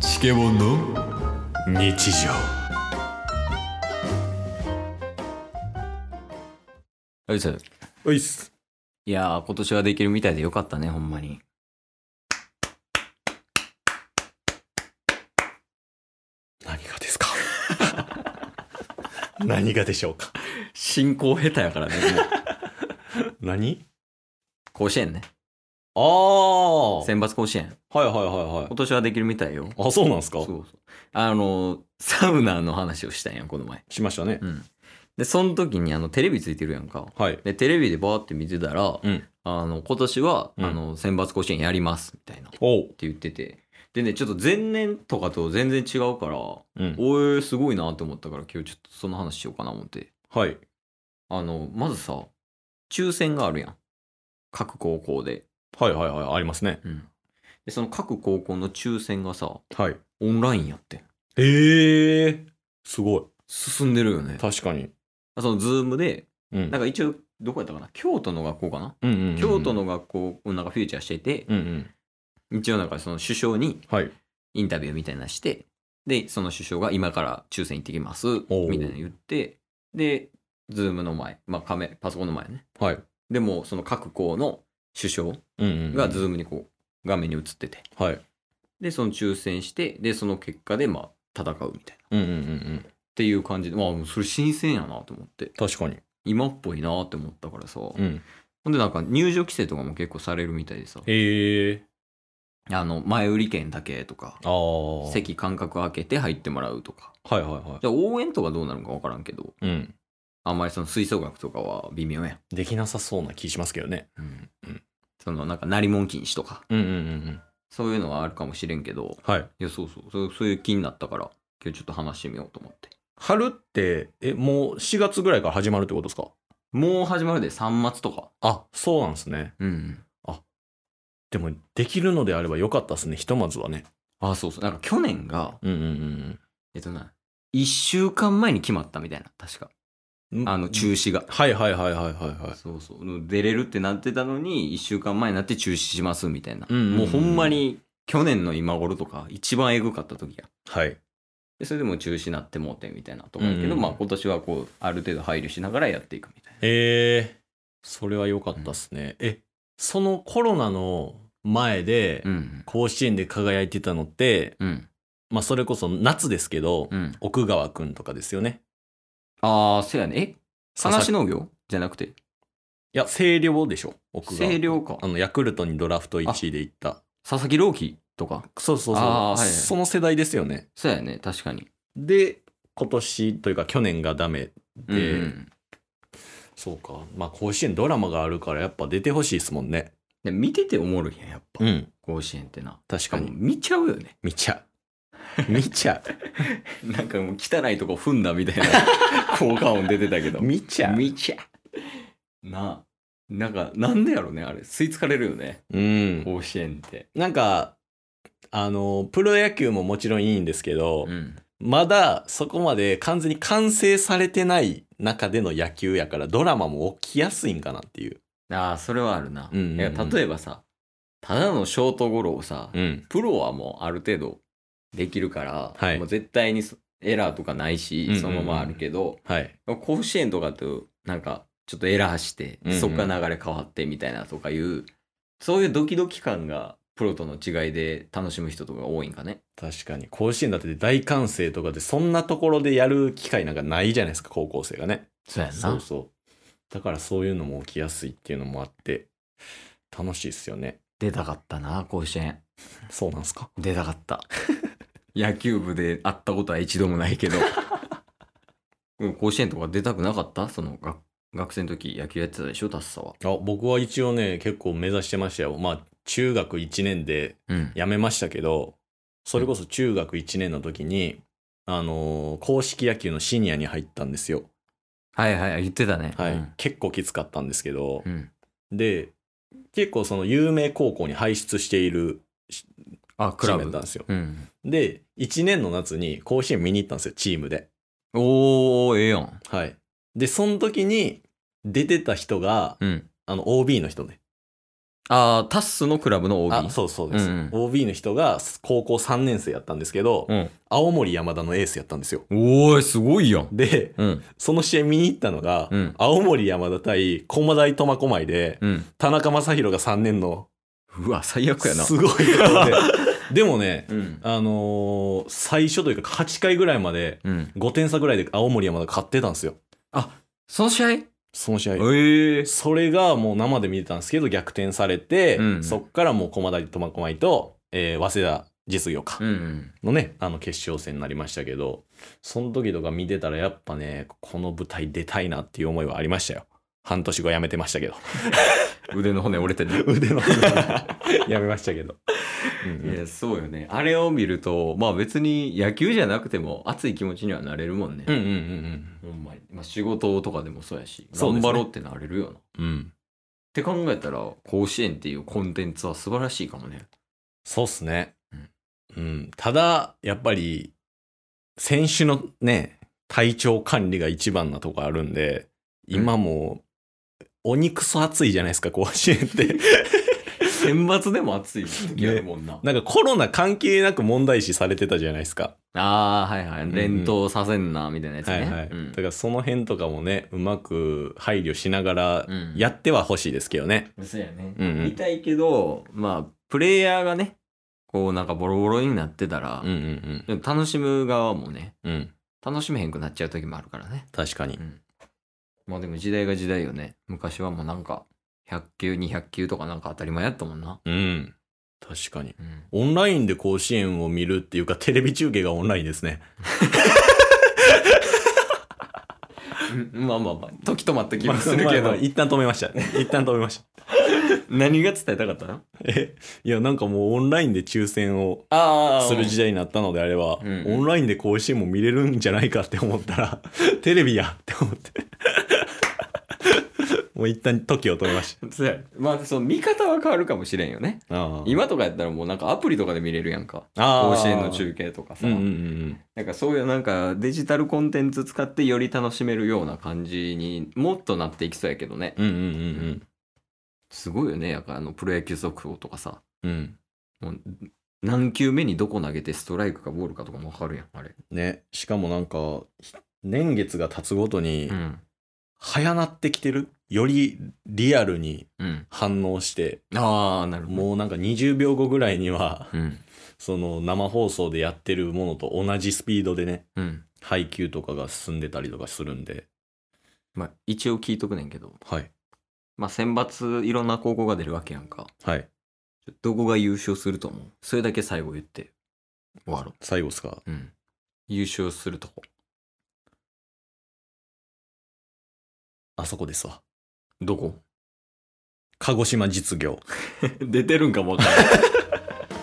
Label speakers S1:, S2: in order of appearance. S1: シケボンの日常
S2: あいつ
S3: おいっす。
S2: いやー今年はできるみたいでよかったねほんまに
S3: 何がです か何がでしょうか
S2: 進行下手やからねもう
S3: 何
S2: 甲子園ね
S3: ああはい
S2: 選抜甲子園
S3: はいはいは
S2: 今年はできるみたいよ
S3: い。あ、そうなんですか
S2: そうそうあのサウナの話をしたんやこの前
S3: しましたね。
S2: うんでその時にあのテレビついてるやんか
S3: はい。
S2: でテレビでバーって見てたら、
S3: うん
S2: あの今年は、
S3: うん
S2: あの選抜甲子園やりますみたいなって
S3: おう。
S2: 言っててでねちょっと前年とかと全然違うからお
S3: うん。
S2: えすごいなって思ったから今日ちょっとその話しようかな思って
S3: はい。
S2: あのまずさ抽選があるやん各高校で,、
S3: はいはいはい。ありますね。
S2: うん、でその各高校の抽選がさ
S3: はい。
S2: オンラインやってん
S3: ええー。すごい。
S2: 進んでるよね
S3: 確かに。
S2: そのズームで
S3: うん
S2: なんか一応どこやったかな京都の学校かな、
S3: うんうんうん
S2: 京都。の学校をなんかフューチャーしてて、
S3: うんうん。
S2: 一応なんかその首相に
S3: はい。
S2: インタビューみたいなのしてでその首相が今から抽選行ってきます
S3: おう
S2: みたいなの言ってでズームの前まあカメパソコンの前ね
S3: はい。
S2: でもその各校の首相
S3: うんうんうん
S2: がズームにこう画面に映ってて
S3: はい。
S2: でその抽選してでその結果でまあ戦うみたいなっ
S3: うんうんうんうん。
S2: ていう感じでまあもうそれ新鮮やなと思って
S3: 確かに。
S2: 今っぽいなって思ったからさ、
S3: うん。
S2: ほんでなんか入場規制とかも結構されるみたいでさ
S3: ええ
S2: あの前売り券だけとか
S3: ー。ああ。
S2: 席間隔空けて入ってもらうとか
S3: はいはいは
S2: じゃあ応援とかどうなるのか分からんけど
S3: い。うん。
S2: あんまりその吹奏楽とかは微妙や
S3: できなさそうな気しますけどね。
S2: ん、うんそのなんか鳴り物禁止とか
S3: うんうんうんうん。
S2: そういうのはあるかもしれんけど
S3: はい。
S2: いやそうそうそうそういう気になったから今日ちょっと話してみようと思って
S3: 春って、え、もう4月ぐらいから始まるってことですか
S2: もう始まるで3末とか
S3: あ、そうなんですね。
S2: うんうん
S3: でも、できるのであればよかったですね、ひとまずはね。
S2: あそうそうなんか去年が
S3: うんうん
S2: えっとな1週間前に決まったみたいな確か
S3: うんうん。
S2: あの中止が、
S3: はいはいはいはいはいはい。
S2: そうそう出れるってなってたのに1週間前になって中止しますみたいな、
S3: うんうんうん
S2: もうほんまに去年の今頃とか一番えぐかった時や
S3: はい。
S2: でそれでもう中止なってもうてみたいなと思うけど、
S3: うんうん
S2: まあ今年はこうある程度配慮しながらやっていくみたいな
S3: えー、それは良かったっすね。え、そのコロナの前で、
S2: うん
S3: 甲子園で輝いてたのって、
S2: うん
S3: まあ、それこそ夏ですけど、
S2: うん
S3: 奥川くんとかですよね。
S2: ああそうやねえ
S3: 佐々木
S2: 話農業じゃなくて
S3: いや、星稜でしょ、奥川。
S2: 清涼か
S3: あの、ヤクルトにドラフト1位で行った。
S2: 佐々木朗希とか
S3: そうそうそう、
S2: あーはい
S3: その世代ですよね。
S2: そうやね確かに
S3: で、今年というか去年がダメで、
S2: うんうん
S3: そうか。まあ甲子園ドラマがあるからやっぱ出てほしいですもんね。
S2: で見てておもろいやんやっぱ、
S3: ん。
S2: 甲子園ってな
S3: 確
S2: し
S3: か
S2: かも
S3: に。
S2: 見ちゃうよね
S3: 見ちゃう。 見ちゃ
S2: なんかもう汚いとこ踏んだみたいな 効果音出てたけど。
S3: う。見ちゃう。
S2: みちゃ。なあ。なんか、なんでやろね、あれ。吸い付かれるよね。
S3: うん。
S2: 甲子園って。
S3: なんか、あの、プロ野球ももちろんいいんですけど、
S2: ん。
S3: まだそこまで完全に完成されてない中での野球やからドラマも起きやすいんかなっていう。
S2: ああ、それはあるな。
S3: うんうんうん
S2: いや例えばさ、ただのショートゴロをさ、
S3: うん。
S2: プロはもうある程度できるから、
S3: はい
S2: もう絶対にそエラーとかない
S3: うん
S2: し、
S3: うんうん
S2: そのままあるけど、
S3: はい。
S2: 甲子園とかと、なんか、ちょっとエラーして、
S3: うんうん
S2: そっから流れ変わってみたいなとかいう、そういうドキドキ感が、プロとの違いで楽しむ人とかが多いんかね。
S3: 確かに。甲子園だって大歓声とかでそんなところでやる機会なんかないじゃないですか、高校生がね。
S2: そうや
S3: そうそう。だからそういうのも起きやすいっていうのもあって、楽しいですよね。
S2: 出たかったな、甲子園。
S3: そうなんすか
S2: 出たかった。 野球部で会ったことは一度もない けど。うん甲子園とか出たくなかったその学学生の時野球やってたでしょ、タッサは。
S3: あ僕は一応ね、結構目指してましたよ。まあ、中学1年で
S2: うん。
S3: 辞めましたけど、それこそ中学1年の時に、あのー硬式野球のシニアに入ったんですよ。
S2: はいはい、言ってたね。
S3: はい。
S2: うん
S3: 結構きつかったんですけど、
S2: うん。
S3: で、結構その有名高校に輩出している
S2: あ、ク
S3: チー
S2: ラ
S3: ムだったん。
S2: ブ
S3: ですよ。
S2: うん。
S3: で、1年の夏に甲子園見に行ったんですよ、チームで。
S2: おー、ええやん。
S3: はい。で、その時に出てた人が、
S2: うん。
S3: あの、OB の人ね。
S2: ああ、タッスのクラブの OB。
S3: あそうそうです、
S2: うん
S3: OB の人が高校3年生やったんですけど、
S2: うん。
S3: 青森山田のエースやったんですよ
S2: おーい、すごいやん。
S3: で
S2: うん。
S3: その試合見に行ったのが、
S2: うん
S3: 青森山田対駒大苫小牧で、
S2: うん。
S3: 田中将大が3年の
S2: うわ、最悪やな。
S3: すごい ことででもね、
S2: うん。
S3: あのー最初というか8回ぐらいまで
S2: うん。
S3: 5点差ぐらいで青森山田勝ってたんですよ
S2: その試合え
S3: その試合
S2: え
S3: それがもう生で見てたんですけど逆転されて、
S2: うん
S3: そっからもう駒大苫小牧と、えー早稲田実業か
S2: うんうん。
S3: のね、あの決勝戦になりましたけどその時とか見てたらやっぱねこの舞台出たいなっていう思いはありましたよ半年後やめてました けど
S2: 腕の骨折れてる。
S3: 腕のやめましたけど、うんうん
S2: いや、そうよね。あれを見ると、まあ別に野球じゃなくても熱い気持ちにはなれるもんね。
S3: うんうんうん
S2: ほんまに。まあ仕事とかでもそうやし、
S3: そうで
S2: 頑
S3: すね
S2: 張ろうってなれるよな。っ
S3: うんうん
S2: て考えたら、甲子園っていうコンテンツは素晴らしいかもね。
S3: そうっすね、うん、ただやっぱり選手のね体調管理が一番なとこあるんで今もうお肉そ暑いじゃないですか甲子園って
S2: 選抜でも熱い時あるもんな。
S3: なんかコロナ関係なく問題視されてたじゃないですか
S2: ああ、はいはい。
S3: ん
S2: 連投させんな、みたいなやつ
S3: は
S2: ね。
S3: いはい、
S2: うん
S3: だからその辺とかもねうまく配慮しながら
S2: うん
S3: やってはほしいですけどね、
S2: そうやね、
S3: うんうん
S2: 見たいけどまあプレイヤーがねこうなんかボロボロになってたら
S3: うん、、うん
S2: でも楽しむ側もね
S3: うんうん
S2: 楽しめへんくなっちゃう時もあるからね、
S3: 確かに
S2: うん、まあでも時代が時代よね昔はもうなんか100球200球とかなんか当たり前やったもんな、
S3: うん、確かに
S2: う
S3: オ
S2: ん、
S3: ンラインで甲子園を見るっていうかテレビ中継がオンラインですね
S2: まあまあまあ時止まった気
S3: ま
S2: も
S3: あ
S2: するけ
S3: まあ
S2: ど
S3: まあ一旦止めました一旦止めました
S2: 何が伝えたかったの
S3: えいやなんかもうオンラインで抽選を
S2: あ
S3: する時代になったのであれば、
S2: うん
S3: オンラインで甲子園も見れるんじゃないかって思ったら テレビやって思って もう一旦時を止めました
S2: 代まあその見方は変わるかもしれんよね
S3: あー
S2: 今とかやったらもうなんかアプリとかで見れるやんか
S3: あー
S2: 甲子園の中継とかさ、
S3: うんうんうん
S2: なんかそういうなんかデジタルコンテンツ使ってより楽しめるような感じにもっとなっていきそうやけどね。
S3: うんうんうん
S2: すごいよね。やっぱあのプロ野球速報とかさ、
S3: うんうん
S2: もう何球目にどこ投げてストライクかボールかとかもわかるやん、あれ。
S3: ねしかもなんか年月が経つごとに
S2: うん。
S3: 早なってきてるよりリアルに
S2: うん。
S3: 反応して
S2: ああ、なるほど。
S3: もうなんか20秒後ぐらいには
S2: うん。
S3: その生放送でやってるものと同じスピードでね
S2: うん。
S3: 配給とかが進んでたりとかするんで
S2: まあ一応聞いとくねんけど、
S3: はい
S2: まあ選抜いろんな高校が出るわけやんか。
S3: はい
S2: ちょどこが優勝すると思うそれだけ最後言って終わろ
S3: 最後っすか
S2: う。うん。優勝するとこ。
S3: あそこですわ
S2: どこ
S3: 鹿児島実業
S2: 出てるんかもわからん。